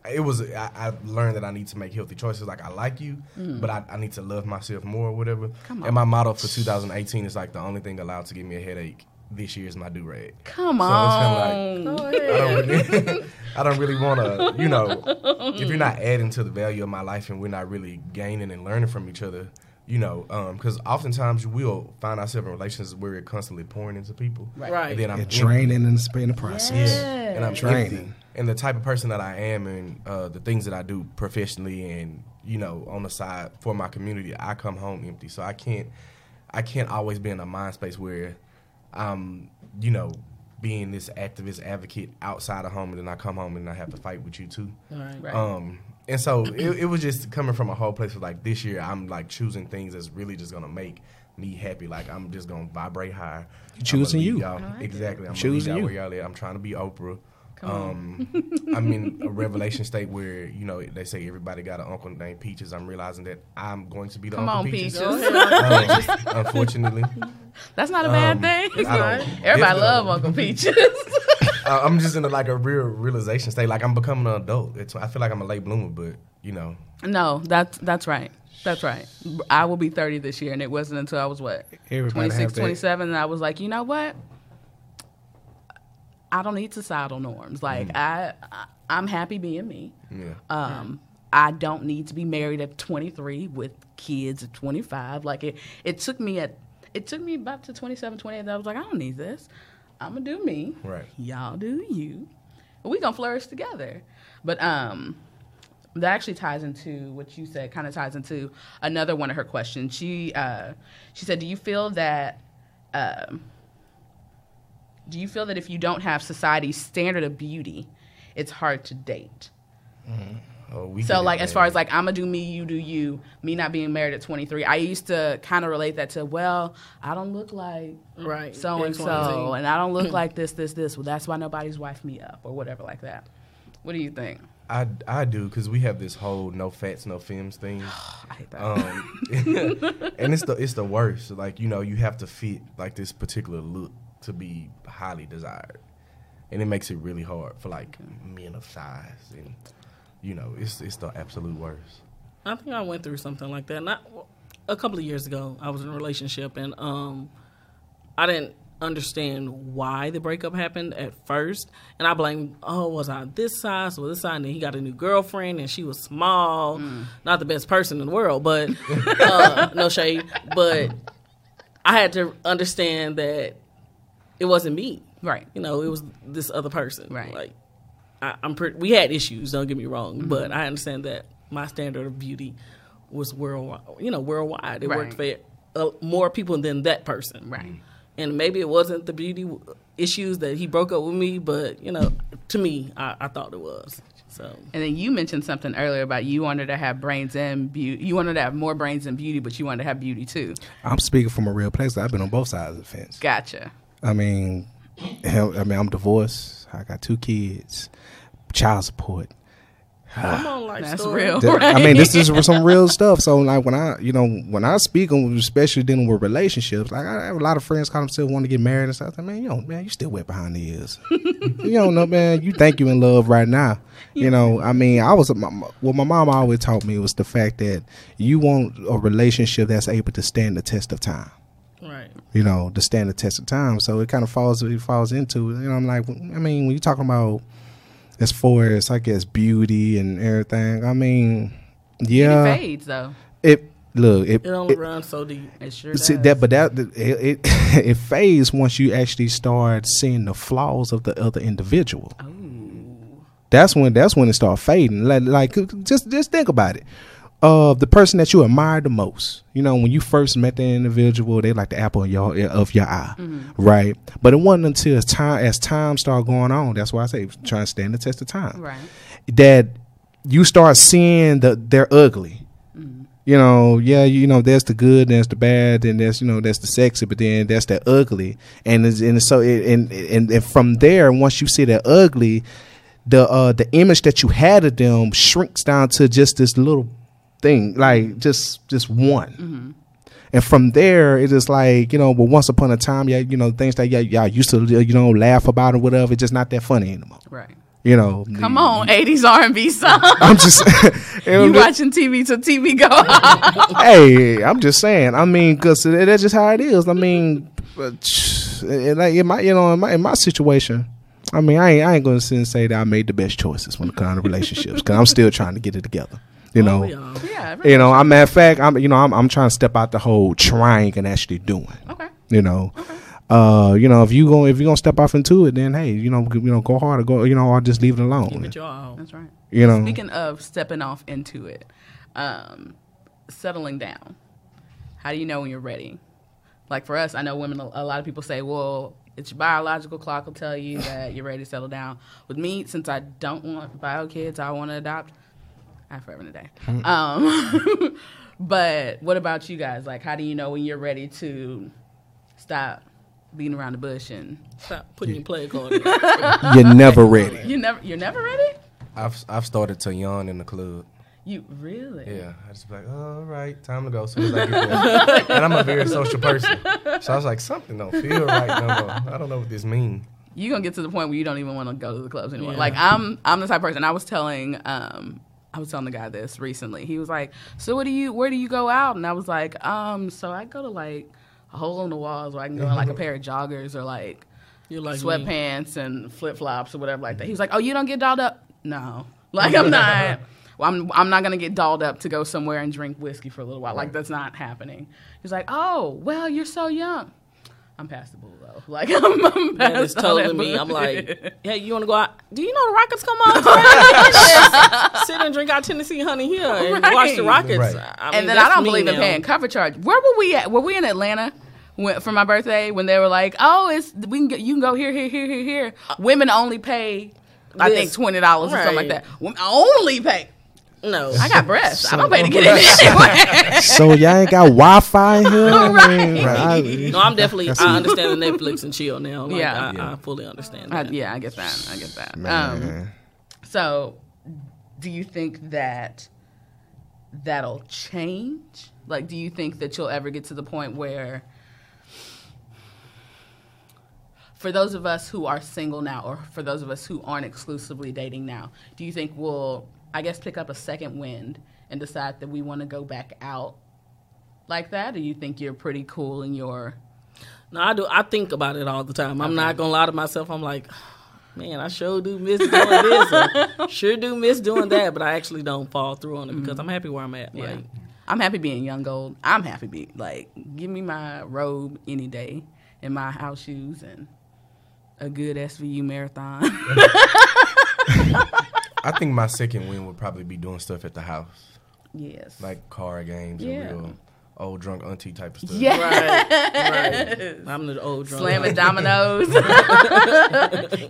it was I, I learned that i need to make healthy choices like i like you but I, I need to love myself more or whatever
Mm. Come
and my motto for 2018 is like the only thing allowed to give me a headache this year is my do-rag
[laughs] Come
So it's
on.
kinda I don't really, I don't really want to, you know, if you're not adding to the value of my life and we're not really gaining and learning from each other, you know, because oftentimes we'll find ourselves in relationships where we're constantly pouring into people.
Right.
Right.
And then I'm
And
empty.
draining and sp- in the process.
Yeah.
And I'm
Draining.
empty. And the type of person that I am and uh, the things that I do professionally and, you know, on the side for my community, I come home empty. So I can't I can't always be in a mind space where I'm, you know, being this activist advocate outside of home and then I come home and I have to fight with you too.
Right.
Right.
Um, and so it, it was just coming from a whole place of like this year I'm like choosing things that's really just gonna make me happy. Like I'm just gonna vibrate higher. I'ma
choosing
leave
you.
y'all- exactly. I'm
Choosing
choosing you.
you.
Where y'all at. I'm trying to be Oprah. um, I'm in a revelation state where you know they say everybody got an uncle named Peaches. I'm realizing that I'm going to be the
Come
uncle
on,
Peaches.
Peaches.
Um, unfortunately,
That's not a bad
Um,
thing.
I don't-
Everybody
definitely-
love Uncle Peaches. [laughs]
I- Uh, I'm just in a, like a real realization state. Like I'm becoming an adult. It's, I feel like I'm a late bloomer, but you know,
no, that's that's right. That's right. I will be 30 this year, and it wasn't until I was what
Everybody
26,
have that.
27, and I was like, you know what? I don't need societal norms. Like
Mm.
I, I, I'm happy being me.
yeah.
Um, I don't need to be married at 23 with kids at 25. Like it, it took me at, it took me about to 27, 28. That I was like, I don't need this. I'm gonna do me.
Right.
Y'all do you. We gonna flourish together. But um, that actually ties into what you said. Kind of ties into another one of her questions. She uh, she said, "Do you feel that?" Um, do you feel that if you don't have society's standard of beauty, it's hard to date.
Oh, we
So
get it,
like as far
man.
as like I'ma do me, you do you, me not being married at 23. I used to kind of relate that to well, I don't look like
Right.
so and
X, Y, and Z.
so, and I don't look
[clears throat]
like this, this, this. Well, that's why nobody's wifed me up or whatever like that. What do you think?
I, I do because we have this whole no fats no films thing,
I hate that.
um, [laughs] and it's the it's the worst. Like you know you have to fit like this particular look to be highly desired, and it makes it really hard for like men of size and you know it's it's the absolute worst.
I think I went through something like that. Not a couple of years ago, I was in a relationship and um, I didn't understand why the breakup happened at first, and I blamed oh was I this size or this size? And then he got a new girlfriend and she was small, not the best person in the world, but uh, no shade. But I had to understand that it wasn't me
right.
you know, it was this other person.
Right. Mm-hmm.
Like, I, I'm pretty. We had issues. Don't get me wrong, but I understand that my standard of beauty was worldwide. You know, worldwide. It worked for
Right.
uh, more people than that person. Mm-hmm.
Right.
And maybe it wasn't the beauty w- issues that he broke up with me, but you know, to me, I, I thought it was. So
And then you mentioned something earlier about you wanted to have brains and beauty. You wanted to have more brains and beauty, but you wanted to have beauty too.
I'm speaking from a real place. I've been on both sides of the fence.
Gotcha.
I mean, hell, I mean, I'm divorced. I got two kids, child support.
come on, life
That's
story.
real.
Th-
right.
I mean, this is some real stuff. So, like when I, you know, when I speak on, especially dealing with relationships, like I have a lot of friends call themselves want to get married and stuff. I man, you know, man, you still wet behind the ears. you don't know, man. You think you in love right now. You know, I mean, I was my, my- what my mom always taught me was the fact that you want a relationship that's able to stand the test of time
Right.
you know, to stand the test of time. So it kind of falls it falls into. You know, I'm like, I mean, when you're talking about as far as I guess beauty and everything, I mean,
It
yeah,
fades though.
it look it.
It only
it-
runs so deep.
It sure does.
See, that, but that it it, it [laughs] fades once you actually start seeing the flaws of the other individual. That's when that's when it start fading. Like, like just just think about it. Of the person that you admire the most, you know, when you first met the individual, they like the apple of your of your eye,
Mm-hmm.
right? But it wasn't until as time as time started going on. That's why I say trying to stand the test of time,
Right.
That you start seeing the they're ugly.
Mm-hmm.
You know, yeah, you know, there's the good, there's the bad, and there's you know, there's the sexy, but then that's the ugly, and it's, and it's so it, and, and and from there, once you see the ugly, the uh the image that you had of them shrinks down to just this little thing, like just just one.
Mm-hmm.
And from there, it is like you know, but once upon a time, yeah, you know, things that y'all, y'all used to you know laugh about or whatever, it's just not that funny anymore.
Right.
You know,
Come on, 80s R&B
[laughs]
song.
I'm just
you watching TV till TV
[laughs]
go out.
hey, I'm just saying. I mean, because that's just how it is. I mean, but, eh, like in my, you know, in my, in my situation, I mean, I ain't, I ain't going to sit and say that I made the best choices when it comes to relationships because I'm still trying to get it together. You know,
We all.
Oh, yeah.
you know. I'm matter of fact, I'm, you know, I'm, I'm trying to step out the whole trying and actually doing.
Okay.
You know. Uh, you know, if you go if you gonna step off into it, then hey, you know, g- you know, go hard or go, you know, or just leave it
Give
alone.
it your all.
That's right.
You know,
Speaking of stepping off into it, um, settling down. How do you know when you're ready? Like for us, I know women. A lot of people say, "Well, it's your biological clock will tell you that you're ready to settle down." With me, since I don't want bio kids, I want to adopt. I have forever and a day.
Mm-hmm.
Um, [laughs] but what about you guys? Like, how do you know when you're ready to stop beating around the bush and
Stop putting your play card. in.
[laughs]
you're never ready.
you never you're never ready?
I've I've started to yawn in the club.
You really?
Yeah, I just be like, all right, time to go. As soon as I get there, and I'm a very social person, so I was like, something don't feel right no more. I don't know what this means.
you're gonna get to the point where you don't even want to go to the clubs anymore.
Yeah.
Like I'm I'm the type of person I was telling um I was telling the guy this recently. He was like, So what do you where do you go out? And I was like, um, so I go to like a hole in the walls where I can go in like a pair of joggers or like
You're like me.
sweatpants and flip flops or whatever like that. He was like, Oh, you don't get dolled up? No. [laughs] Like I'm not well, I'm I'm not gonna get dolled up to go somewhere and drink whiskey for a little while. Like that's not happening. He's like, Oh, well, you're so young. I'm past the bull though. [laughs] Like I'm, I'm past
That is
all
totally
that
me.
[laughs]
I'm
bullshit.
like, hey, you want to go out? Do you know the Rockets come on? [laughs] Friday? Sit and drink our Tennessee honey here and
Right.
watch the Rockets.
Right.
I mean,
and then I
that's
don't
me
believe in
now.
paying cover charge. Where were we at? Were we in Atlanta when, for my birthday when they were like, "Oh, it's we can get, you can go here, here, here, here, here." Women only pay I
This-
think twenty dollars or something like
Right.
that. Women only pay.
No.
[laughs] I got breasts. I don't pay to
So-
get in this shit.
so y'all ain't got Wi-Fi
[laughs]
in here. I mean, I-
no, I'm definitely. I understand the Netflix and chill now. Like,
Yeah.
I, I fully understand
I,
[laughs]
[laughs]
that.
yeah, I get that. I get that. Um,
Man.
so, do you think that that'll change? Like, do you think that you'll ever get to the point where, for those of us who are single now, or for those of us who aren't exclusively dating now, do you think we'll, I guess, pick up a second wind and decide that we want to go back out like that? Or you think you're pretty cool in your.
No, I do. I think about it all the time. I'm not gonna lie to myself. I'm like, [sighs] man, I sure do miss doing this. or
[laughs]
sure do miss doing that. But I actually don't fall through on it because I'm happy where I'm at.
Mm-hmm. Yeah.
Like,
I'm happy being young old. I'm happy being like give me my robe any day and my house shoes and a good SVU marathon. [laughs]
I think my second win would probably be doing stuff at the house,
yes.
like card games
Yeah.
and real old drunk auntie type of stuff.
[laughs] yes. [laughs]
right, right. I'm the old drunk.
Slamming dominoes.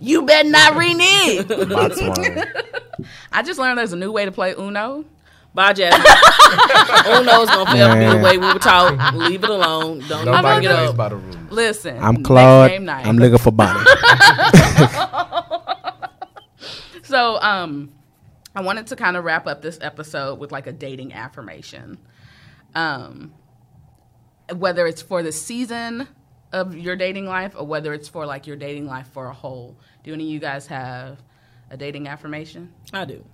[laughs] you better not renege. [laughs]
Box wine.
I just learned there's a new way to play Uno.
Bye, [laughs] Jasmine. Uno's gonna forever be the
Man.
way we were taught. Leave it alone. Don't
Nobody
bring it
plays
up.
by the rules.
Listen,
I'm
next
Claude.
game night.
I'm looking
[laughs]
for Bonnie.
So, um, I wanted to kind of wrap up this episode with like a dating affirmation. Um, whether it's for the season of your dating life or whether it's for like your dating life for a whole. Do any of you guys have a dating affirmation?
I do.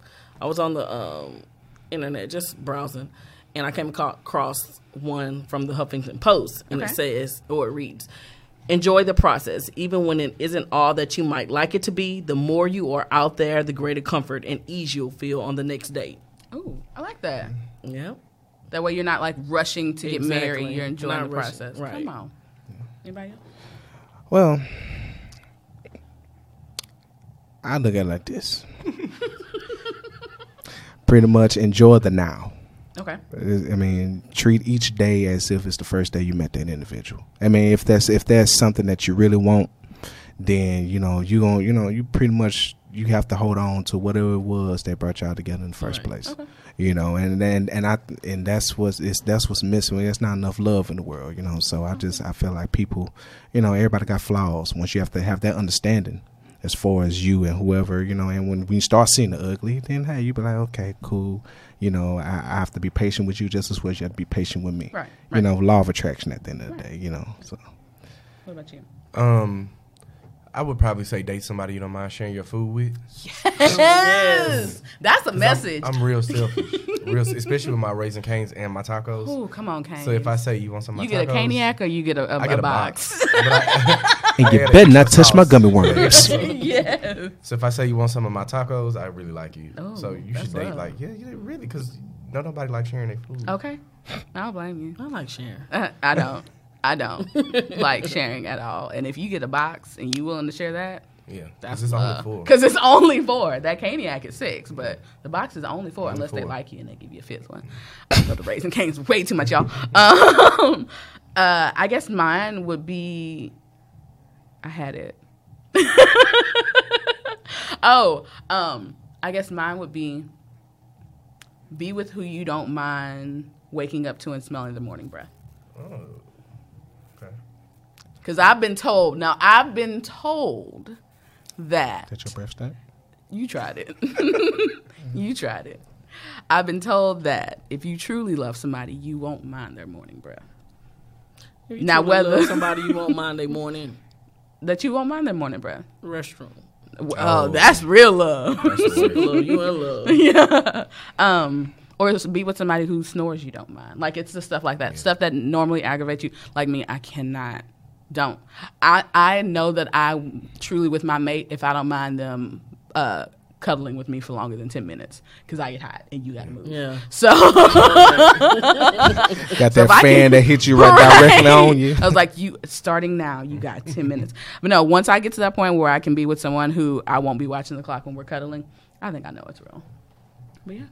I was on the um, internet just browsing, and I came aco- across one from the Huffington Post, and
Okay.
it says, or it reads, Enjoy the process, even when it isn't all that you might like it to be. The more you are out there, the greater comfort and ease you'll feel on the next date.
Ooh, I like that.
Yeah.
That way you're not like rushing to get married.
Exactly.
You're enjoying
Not
the
rushing.
process.
Right.
Come on. Anybody else?
Well, I look at it
[laughs]
like this. Pretty much enjoy the now.
Okay.
I mean, treat each day as if it's the first day you met that individual. I mean, if that's if that's something that you really want, then you know you going you know you pretty much you have to hold on to whatever it was that brought y'all together in the first place. You know, and and and I and that's what's it's, that's what's missing. There's not enough love in the world. You know, so I just I feel like people, you know, everybody got flaws. Once you have to have that understanding. As far as you and whoever, you know, and when, when you start seeing the ugly, then hey, you be like, okay, cool. You know, I, I have to be patient with you just as well as you have to be patient with me.
Right,
You
right.
know, law of attraction at the end of the day, you know. So
What about you?
Um, I would probably say date somebody you don't mind sharing your food with.
Yes. That's a
'Cause I'm-
message.
I'm,
[laughs]
real selfish, real, especially with my raisin canes and my tacos.
Ooh, come on, Kane.
So if I say you want some, of my
you get a
tacos,
caniac or you get a, a,
I get
a
a box.
box. [laughs]
And [laughs] you
Yeah,
better not
extra
touch my
sauce.
gummy [laughs] worms.
yes.
[laughs] So if I say you want some of my tacos, I really like you.
Oh,
so you
that's
should date
love.
like yeah, yeah really, because no nobody likes sharing their food.
[laughs] Okay. I don't blame you.
I like sharing.
Uh, I don't. I don't like sharing at all. And if you get a box and you willing to share that,
Yeah,
that's
because it's only four.
Because it's only four. That caniac is six, but the box is only four unless they
four.
like you and they give you a fifth one. so the raisin cane's way too much, y'all. Um, [laughs] uh, I guess mine would be. I had it. [laughs] oh, um, I guess mine would be be with who you don't mind waking up to and smelling the morning breath.
Oh, okay.
Because I've been told, now I've been told that.
That's your breath stank?
You tried it. [laughs] you tried it. I've been told that if you truly love somebody, you won't mind their morning breath.
If you
Now,
truly love
whether-
somebody you want Monday morning
That you won't mind their morning breath.
restroom.
Oh,
Oh.
that's real love. [laughs]
That's the word.
Love you in love. [laughs]
yeah. Um, or just be with somebody who snores you don't mind. Like it's the stuff like that. Stuff that normally aggravates you. Like me, I cannot. Don't. I I know that I truly with my mate if I don't mind them uh, cuddling with me for longer than ten minutes because I get hot and you gotta move.
Yeah.
So. [laughs]
Got
So
that
if I
fan
can-
that
[laughs]
hits you right, directly on you.
I was like, you starting now, you got 10 minutes. But no, once I get to that point where I can be with someone who I won't be watching the clock when we're cuddling, I think I know it's real. But yeah.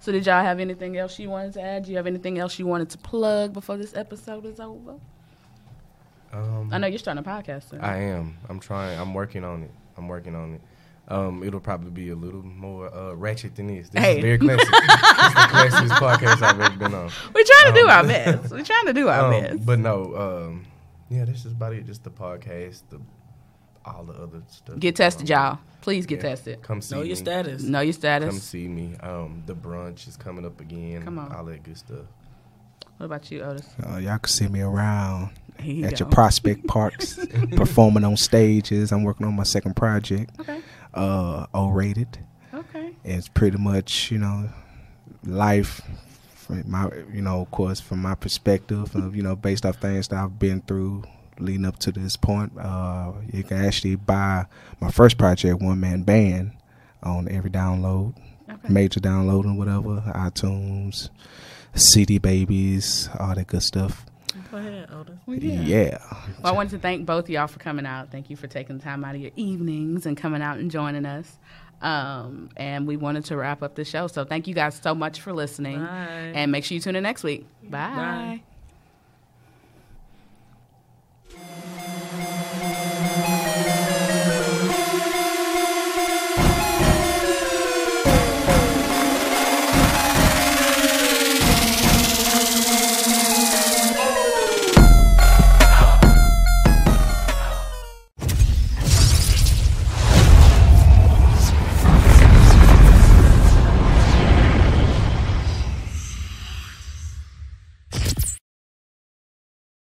So did y'all have anything else you wanted to add? Do you have anything else you wanted to plug before this episode is over?
Um,
[laughs] I know you're starting a podcast soon.
I am. I'm trying. I'm working on it. I'm working on it. Um, it'll probably be a little more uh, ratchet than this. This
Hey.
is
[laughs]
very classic. this is the classiest podcast I've ever been on.
We're trying to do
Oh.
Um,
our best. We're trying to do
[laughs]
our
Um,
best.
but no, um, yeah, this is about it. Just the podcast, the all the other stuff.
get tested,
Um,
y'all. Please get
yeah.
tested.
Come see
Know
me.
your status.
Know your
Come
status.
see me. Um, the brunch is coming up again.
Come on.
all that good stuff.
What about you, Otis?
Uh, y'all can see me around
Here you
at your
go.
prospect
[laughs]
parks, performing on stages. I'm working on my second project,
Okay.
uh, O-rated.
Okay.
It's pretty much you know life from my you know of course from my perspective of you know based off things that I've been through leading up to this point. Uh, you can actually buy my first project, One Man Band, on every download,
Okay.
major download and whatever, iTunes, CD Babies, all that good stuff.
Go ahead, Otis.
Well,
Yeah.
Oh, Well, I wanted to thank both of y'all for coming out. Thank you for taking the time out of your evenings and coming out and joining us. Um, and we wanted to wrap up the show. So thank you guys so much for listening.
Bye.
And make sure you tune in next week. Bye.
Bye.